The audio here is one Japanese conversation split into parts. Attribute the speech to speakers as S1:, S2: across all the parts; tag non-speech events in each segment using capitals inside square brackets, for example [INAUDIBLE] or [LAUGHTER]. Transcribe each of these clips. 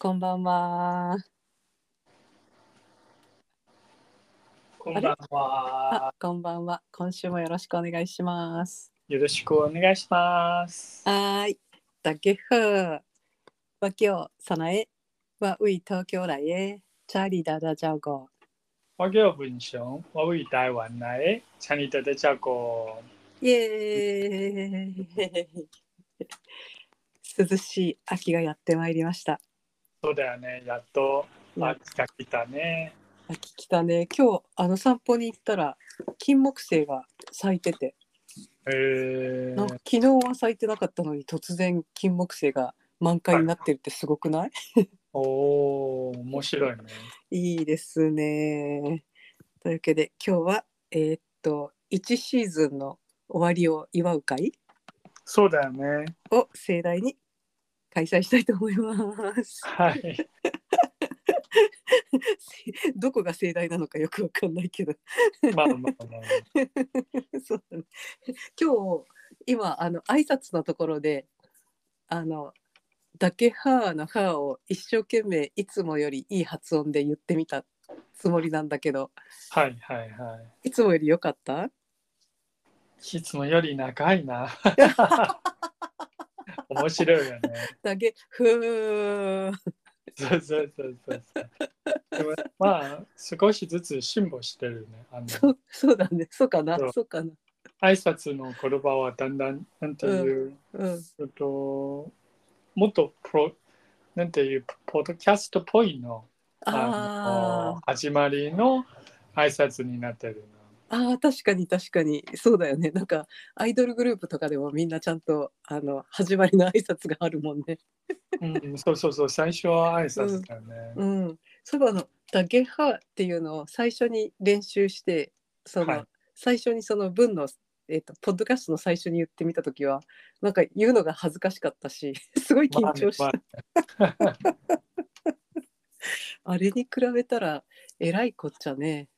S1: こんばんは。
S2: こんばんは
S1: あ。、こんばんは。今週もよろしくお願いします。
S2: よろしくお願いします。
S1: はーい。だけふー。わきょうさなえ。わうい東京来へ。チャーリーだだじゃうご。
S2: 我叫文雄，我为台湾来，参与的的这个。
S1: イエーイ。涼しい秋がやってまいりました。
S2: そうだよね。やっと
S1: うん
S2: 秋が来たね。
S1: 秋来たね。今日あの散歩に行ったら金木犀が咲いてて、
S2: えー
S1: なんか昨日は咲いてなかったのに突然金木犀が満開になってるってすごくない？
S2: おお、面白いね。
S1: いいですね。というわけで今日はえーっと1シーズンの終わりを祝う会
S2: そうだよね。
S1: を盛大に開催したいと思います。 [LAUGHS]
S2: はい。
S1: どこが盛大なのかよくわかんないけど [LAUGHS]
S2: まあまあまあ。
S1: そうだね、今日今あの挨拶のところであのだけはーのはーを一生懸命いつもよりいい発音で言ってみたつもりなんだけど
S2: はいはいはい
S1: つもより良かった
S2: い。いつもより長い
S1: [LAUGHS]
S2: な。面白いよね。
S1: だけふー
S2: そうそうそうそうそう。でもまあ少しずつ進歩してるね。あの
S1: そう [LAUGHS] そうだね。そうかな。
S2: そう
S1: そうかな。
S2: 挨拶の言葉はだんだんなんていう、
S1: うん。
S2: えっともっとプロなんていうポッドキャストっぽいのあの
S1: あ
S2: 始まりの挨拶になってる
S1: あー、あー確かに確かにそうだよね。なんかアイドルグループとかでもみんなちゃんとあの始まりの挨拶があるもんね。
S2: の。うん、そうそうそう最初は挨拶だよね。
S1: うん。そういえばあのダゲハっていうのを最初に練習して、その、
S2: はい
S1: 最初にその文のえっ、とポッドキャストの最初に言ってみたときはなんか言うのが恥ずかしかったし、 [LAUGHS] すごい緊張した。
S2: まあね
S1: あれに比べたらえらいこっちゃね。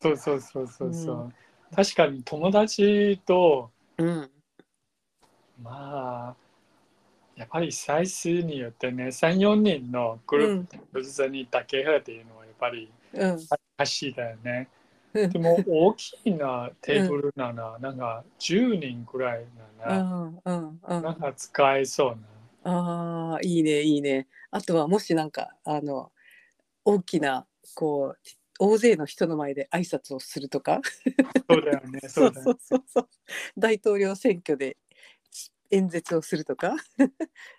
S2: そうそうそうそうそう。
S1: う
S2: 確かに友達と
S1: うん。
S2: まあやっぱりサイズによってね34人のグルー
S1: うん。
S2: プ突然にだけやっていうのはやっぱり
S1: うん。
S2: 走りだよ
S1: うん
S2: ね。でも大きなテーブルなら、なんか10人くらいな
S1: う
S2: ら、
S1: んうんうん
S2: なんか使えそうな。
S1: ああいいねいいね。あとはもしなんかあの大きなこう大勢の人の前で挨拶をするとか
S2: そうだよね、そうだ
S1: [LAUGHS] そ
S2: よね。
S1: うそうそう大統領選挙で演説をするとか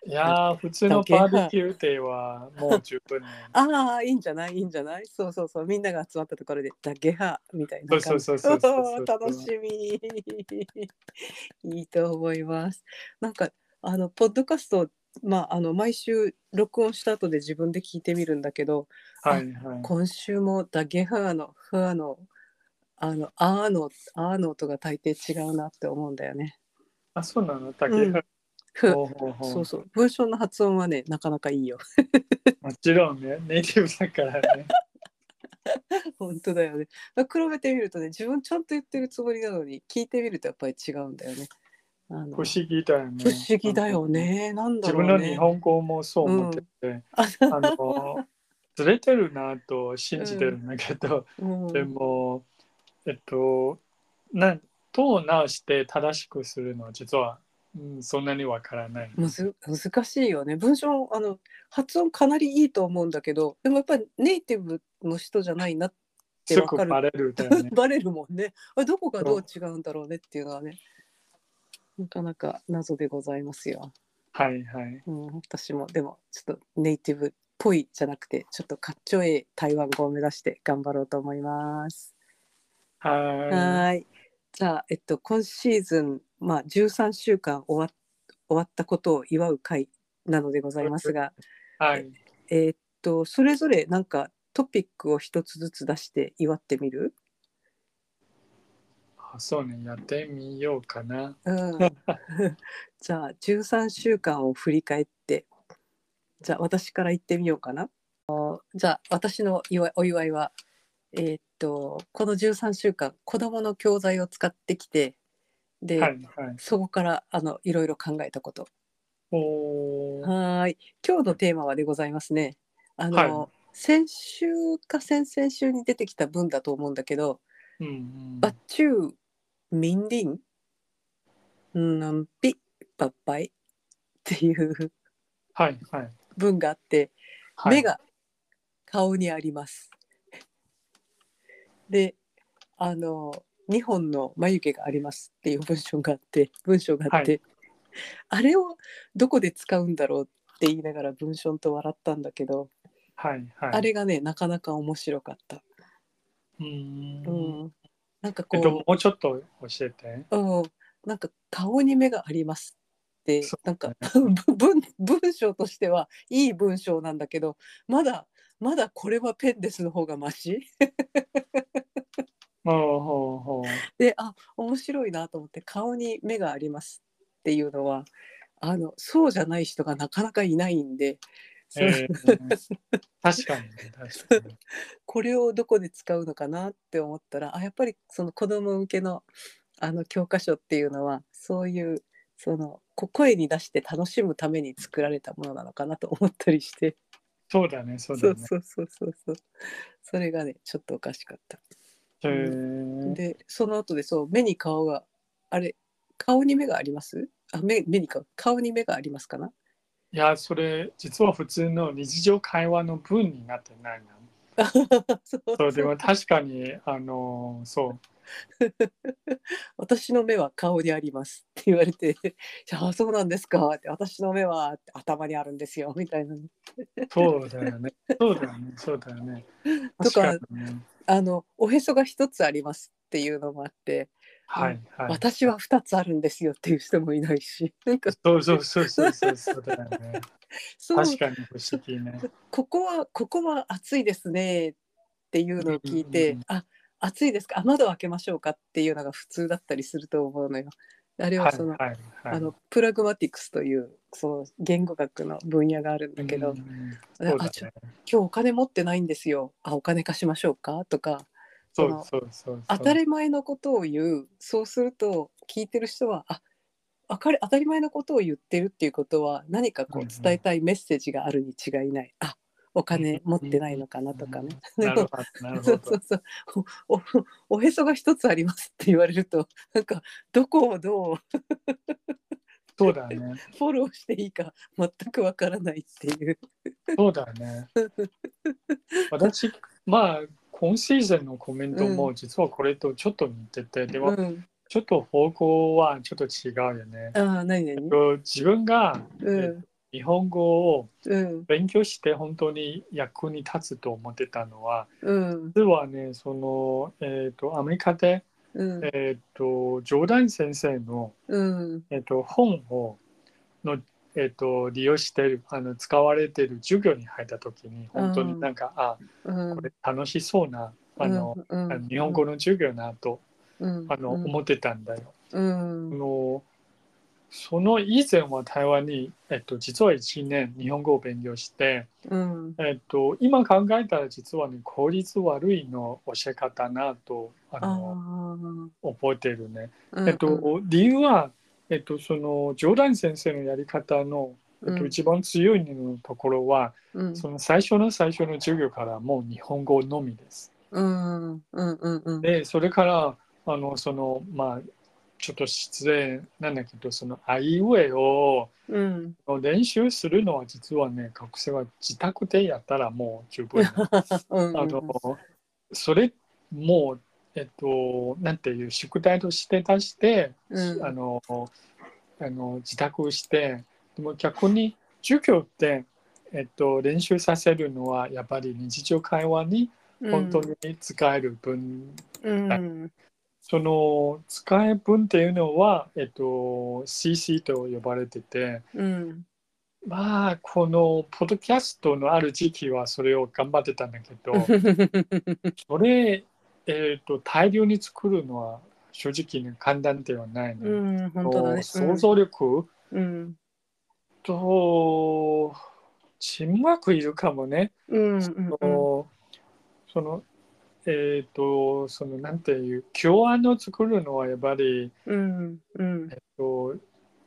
S2: いやー、普通のバーベキューデーはもう十分ね。
S1: ああいいんじゃないいいんじゃないそうそうそうみんなが集まったところで「ダゲハ」みたいな
S2: そ
S1: 感
S2: う
S1: じ
S2: そうそうそうそう
S1: おー楽しみ [LAUGHS] いいと思いますなんかあのポッドキャストまああの毎週録音した後で自分で聞いてみるんだけど
S2: はいはい。
S1: 今週もダゲハーのフアのあのアーのアーの音が大抵違うなって思うんだよね。
S2: あ、そうなの、竹
S1: うん
S2: 原。
S1: フ
S2: ほうほうほう
S1: そうそう文章の発音はねなかなかいい
S2: [LAUGHS]
S1: よ。
S2: もちろんね、ネイティブだか
S1: [LAUGHS]
S2: らね。
S1: 本当だよね。比べてみるとね自分ちゃんと言ってるつもりなのに聞いてみるとやっぱり違うんだよね。あの
S2: 不思議だよね。
S1: 不思議だよ。ね。なんだ
S2: 自
S1: ろう
S2: 分
S1: ね。
S2: の日本語もそう思ってて、
S1: あ
S2: あの、ずれてるなと信じてるんだけど、
S1: うん
S2: でも、えっと、な、どう直して正しくするのは実は、うん、そんなにわからない。
S1: むず難しいよね文章あの発音かなりいいと思うんだけどでもやっぱりネイティブの人じゃないなっ
S2: す
S1: わ
S2: ぐ
S1: かる
S2: バレるだよね。
S1: [LAUGHS] バレるもんねあどこがどう違うんだろうねっていうのはねなかなか謎でございますよ、
S2: はいはい。
S1: うん、私もでもちょっとネイティブっぽいじゃなくてちょっとかっちょええ台湾語を目指して頑張ろうと思います、
S2: は
S1: はーいじゃあ、えっと、今シーズン、まあ、13週間終わ終わったことを祝う会なのでございますが、
S2: い。はい。
S1: えーっとそれぞれなんかトピックを一つずつ出して祝ってみる
S2: あそうね、やってみようかな。
S1: うん [LAUGHS] じゃあ13週間を振り返ってじゃあ私から言ってみようかなあじゃあ私の祝いお祝いはえーっとこの13週間子どもの教材を使ってきてで、
S2: はいはい。
S1: そこからあのいろいろ考えたこと
S2: おー
S1: はーい今日のテーマはでございますねあの、
S2: は
S1: 先週か先々週に出てきた文だと思うんだけど、
S2: うんうん
S1: バッチュー、ミンリン、なんぴ、ばっぱいっていう
S2: はいはい
S1: 文があって、
S2: はい。
S1: 目が顔にあります。で、あの2本の眉毛がありますっていう文章があって、文章があって、あれをどこで使うんだろうって言いながら文章と笑ったんだけど、
S2: はいはい。
S1: あれがねなかなか面白かった。
S2: うー。
S1: うんん、なんか
S2: えっと、
S1: こ
S2: もうちょっと教えて。
S1: う、うん、なんか顔に目がありますって、
S2: そう
S1: なんか [LAUGHS] 文文章としてはいい文章なんだけど、まだまだこれはペンですの方がマシ。 [LAUGHS]
S2: ほうほうほう。
S1: であ面白いなと思って顔に目がありますっていうのはあのそうじゃない人がなかなかいないんで、そう
S2: えー確かにね確かに。
S1: これをどこで使うのかなって思ったらあやっぱりその子ども向けのあの教科書っていうのはそういうそのこ声に出して楽しむために作られたものなのかなと思ったりして
S2: そうだね、そうだ
S1: そう
S2: ね。
S1: そうそうそうそうそれがねちょっとおかしかった。
S2: へー
S1: でその後でそう目に顔があれ顔に目がありますあ目目に顔顔に目がありますかない [LAUGHS]
S2: や、それ、実は普通の日常会話の文になってないな。
S1: そう
S2: そう、でも確かに、あの、そう。
S1: 私の目は顔にありますって言われて [LAUGHS] 「じゃあそうなんですか」って「私の目は頭にあるんですよ」み [LAUGHS] たいな
S2: そうだよね。そうだよね。そうだよね。
S1: とか
S2: 確にね、
S1: あの「おへそが一つあります」っていうのもあって
S2: はい
S1: 「
S2: はい。
S1: 私は二つあるんですよ」っていう人もいないし [LAUGHS] なんか
S2: そうそうそうそうそうそうだよね。
S1: そう
S2: 確かに不思議ね。
S1: ここはここは暑いですねっていうのを聞い
S2: うん
S1: て
S2: うんうん、
S1: あ暑いですか、あ窓を開けましょうかっていうのが普通だったりすると思うのよ。あれ
S2: は
S1: はいその、
S2: はいはい。
S1: あのプラグマティクスというその言語学の分野があるんだけど、
S2: う
S1: 今
S2: んそうだ
S1: あ
S2: ね
S1: ち。日お金持ってないんですよ。あお金貸しましょうかとか。
S2: そ
S1: そう
S2: そうそう。
S1: 当たり前のことを言うそうすると聞いてる人はああかり当たり前のことを言ってるっていうことは何かこ
S2: うん
S1: う
S2: う
S1: ん伝えたいメッセージがあるに違いない、あお金持ってないのかなとかね。
S2: うんなるほど。な
S1: [LAUGHS]
S2: る
S1: そ
S2: ほ
S1: うそ
S2: ど
S1: う。そうおおおへそが一つありますって言われるとなんかどこをどう
S2: そうだね。
S1: フォローしていいか全くわからないっていう。
S2: そうだね。私、まあ、今シーズンのコメントも実はこれとちょっと似てて、で
S1: う
S2: も
S1: ん、
S2: ちょっと方向はちょっと違うよね。
S1: ああ何何
S2: 自分が
S1: うん
S2: 日本語を
S1: うん
S2: 勉強して本当に役に立つと思ってたのは、
S1: うん
S2: 実はね、その、えっ、と、アメリカで、
S1: うん
S2: えっ、と、ジョーダン先生の、
S1: うん
S2: えっ、と、本を、の、えっ、と、利用してる、あの、使われてる授業に入った時に、本当になんか、あ、
S1: うん
S2: これ楽しそうな、あの、
S1: うん
S2: あの日本語の授業なと、
S1: うん
S2: あの、
S1: うん
S2: 思ってたんだよ。
S1: うん
S2: あのその以前は台湾に、えっと、実は1年日本語を勉強して、
S1: うん
S2: えっと、今考えたら実はね効率悪いの教え方なとあ
S1: あ
S2: の覚えてるね。
S1: ー
S2: えっと
S1: うん
S2: 理由は、えっと、その冗談先生のやり方の、えっと、一番強いのところは、
S1: うん
S2: その最初の最初の授業からもう日本語のみです。
S1: うんうんうんうん
S2: でそれからあのそのまあちょっと失礼なんだけどそのあいうえを
S1: うん
S2: 練習するのは実はね学生は自宅でやったらもう十分
S1: うん
S2: あのそれもうえっとなんていう宿題として出して、
S1: うん
S2: あのあの自宅してでも逆に授業って、えっと、練習させるのはやっぱり日常会話に本当に使える分
S1: うん
S2: その使い分っていうのは、えっと、CC と呼ばれてて、
S1: うん
S2: まあ、このポッドキャストのある時期はそれを頑張ってたんだけ
S1: [LAUGHS]
S2: ど、それ、えっと、大量に作るのは正直に簡単ではないの
S1: う
S2: で、
S1: ん本当だね
S2: 想像力
S1: うん
S2: と、チームワークいるかもね。
S1: うんうん
S2: そのそのえっ、と、その、なんていう、教案を作るのはやっぱり、
S1: うんうん
S2: と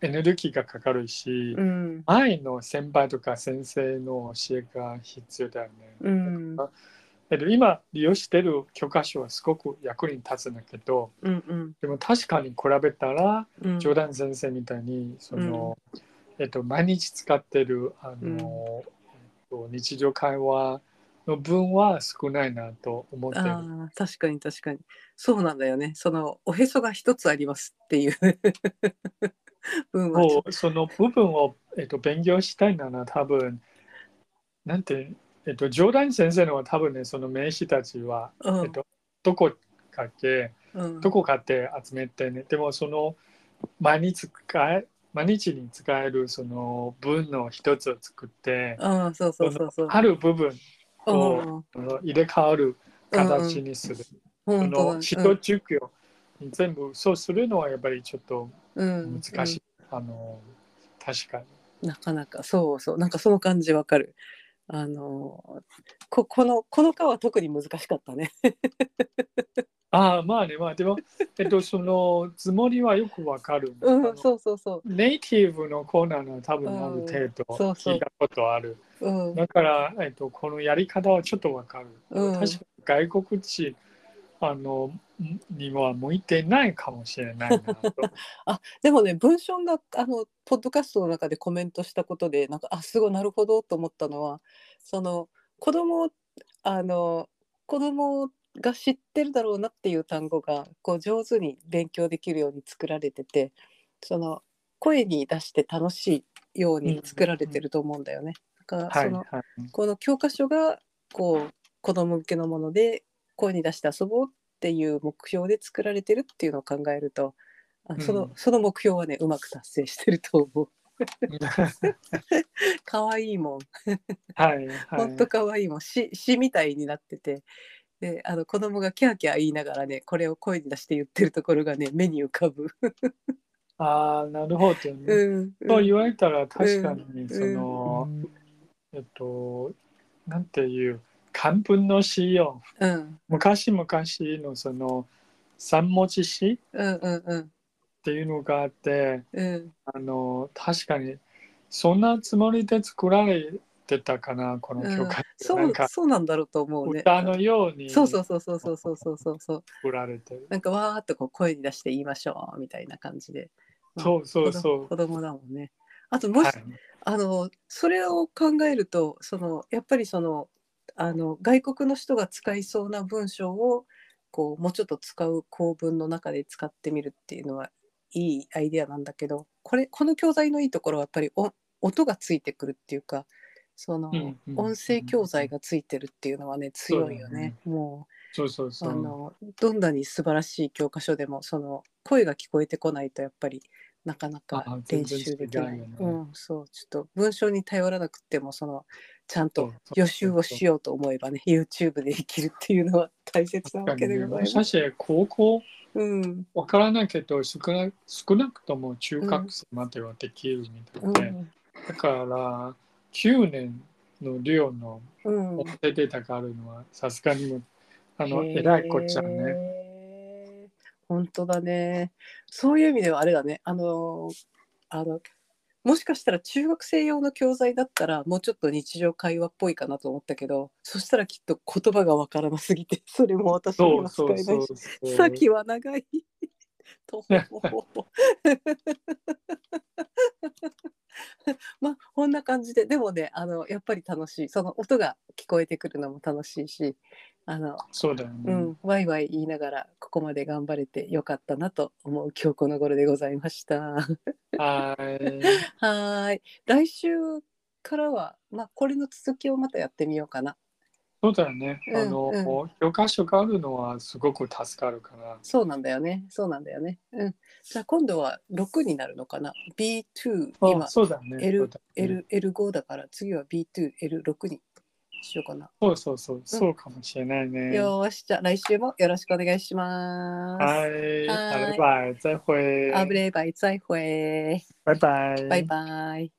S2: エネルギーがかかるし、
S1: うん
S2: 前の先輩とか先生の教えが必要だよね。
S1: うん
S2: えっと今利用してる教科書はすごく役に立つんだけど
S1: うんうん
S2: でも確かに比べたら
S1: うん
S2: ジョーダン先生みたいにその、えっと、毎日使ってるあ
S1: う
S2: の、
S1: ん
S2: えっと日常会話の分は少ないなと思ってる。
S1: あー確かに確かにそうなんだよねそのおへそが一つありますっていう [LAUGHS] 分は [LAUGHS]
S2: もうその部分を、えっと、勉強したいなら多分なんて、えっと、ジョーダン先生のは多分ねその名詞たちは、
S1: うん
S2: えっと、どこかけ
S1: うん
S2: どこかって集めてねでもその毎日使え毎日に使えるその文の一つを作って
S1: ああそうそうそうそう
S2: ある部分こう
S1: うんうん
S2: あの入れ替わる形にする、
S1: 本当
S2: そ
S1: だ
S2: の一授業に全部そうするのはやっぱりちょっと
S1: うん
S2: 難しい、あの確かに
S1: うんなかなかそうそうなんかその感じわかるあのここのこの科は特に難しかったね
S2: ああまあねま
S1: [LAUGHS]
S2: あでもえっとそのつもりはよくわかる、
S1: う
S2: あ
S1: ん
S2: の
S1: そうそうそ
S2: ネイティブのコーナーの多分あ
S1: うん
S2: る程度
S1: そうそう
S2: 聞いたことある、
S1: ううん
S2: だから、えっと、このやり方はちょっとわかる。
S1: うん
S2: 確かに外国人あのんには向いてないかもしれな
S1: [LAUGHS]
S2: いなと。
S1: でもね文章があのポッドキャストの中でコメントしたことでなんかあすごいなるほどと思ったのはその子供をあの子供が知ってるだろうなっていう単語がこう上手に勉強できるように作られててその声に出して楽しいように作られてると思うんだよね。だから
S2: は
S1: そ
S2: い
S1: の、
S2: はい。
S1: この教科書がこう子供向けのもので声に出して遊ぼうっていう目標で作られてるっていうのを考えるとあその、
S2: うん
S1: その目標はねうまく達成してると思う [LAUGHS] 可愛いもん
S2: はいはい。
S1: 本当可愛いもん詩詩みたいになっててであの子供がキャーキャー言いながらねこれを声に出して言ってるところがね目に浮かぶ、
S2: ああ、なるほど、
S1: う
S2: ね。
S1: ん
S2: そう
S1: うん
S2: 言われたら確かに、そ
S1: うん
S2: の、えっと、なんていう、漢文の詩を、
S1: うん
S2: 昔々のその三文字詩
S1: うんうん
S2: っていうのがあって、
S1: うん
S2: あの確かにそんなつもりで作られてたかなこの
S1: うん
S2: 教科書、
S1: そ
S2: な
S1: うん
S2: か
S1: そうなんだろうと思うね
S2: 歌のように
S1: そうそ
S2: 作
S1: うそうそうそうそうそうそうそう
S2: られてる、
S1: なんかわーっとこう声に出して言いましょうみたいな感じで
S2: そうそう
S1: 子
S2: そ
S1: 供
S2: う
S1: 子供だもんね。あともし、
S2: はい
S1: あのそれを考えるとそのやっぱりそのあの外国の人が使いそうな文章をこうもうちょっと使う構文の中で使ってみるっていうのはいいアイデアなんだけどこれこの教材のいいところはやっぱりお音がついてくるっていうかその、
S2: うんうん
S1: 音声教材がついてるっていうのはね強いよね。もう
S2: そうそうそ
S1: あ
S2: う
S1: のどんなに素晴らしい教科書でもその声が聞こえてこないとやっぱりなかな
S2: あ
S1: か
S2: 全
S1: 練
S2: 然
S1: 習できない。
S2: 違うよね
S1: うん、そうちょっと文章に頼らなくてもそのちゃん
S2: そう
S1: と
S2: そうそう
S1: 予習をしようと思えばね YouTube でできるっていうのは大切なわけでござい
S2: し
S1: ま
S2: か
S1: す。
S2: し高校
S1: うん、
S2: わからないけど少な少なくとも中学生まではできるみた
S1: う
S2: いで、
S1: ん、
S2: だから9年の量の
S1: うん
S2: 音、声データがあるのはさすがにもあの偉いこっちゃね
S1: ね。本当だね。そういう意味ではあれだね。あのあのもしかしたら中学生用の教材だったらもうちょっと日常会話っぽいかなと思ったけど、そしたらきっと言葉がわからなすぎて [LAUGHS] それも私に
S2: そう
S1: は使
S2: そう
S1: えな
S2: そ
S1: いうし、
S2: そう。
S1: 先は長い。 [LAUGHS] と [LAUGHS] ほほほほまあこんな感じででもねあのやっぱり楽しいその音が聞こえてくるのも楽しいしあの
S2: そうだよね。
S1: うん、ワイワイ言いながらここまで頑張れてよかったなと思う今日この頃でございました。 [LAUGHS] は
S2: はい。
S1: ーい来週からは、まあ、これの続きをまたやってみようかな。
S2: そうだよね。
S1: うん
S2: あの、
S1: う
S2: 教科書があるのはすごく助かるから。
S1: そうなんだよね。そうなんだよね。うん、じゃあ今度は6になるのかな。B2 今
S2: あそうだね。
S1: L
S2: そうだね
S1: L L5 だから次は B2L6 にしようかな。
S2: そうそうそう、そうかもしれないね。は
S1: よーしじゃあ来週もよろしくお願いします。
S2: い。
S1: はい
S2: 拜拜，再会。
S1: あぶれバイ再会。
S2: 拜拜。
S1: バイバイ。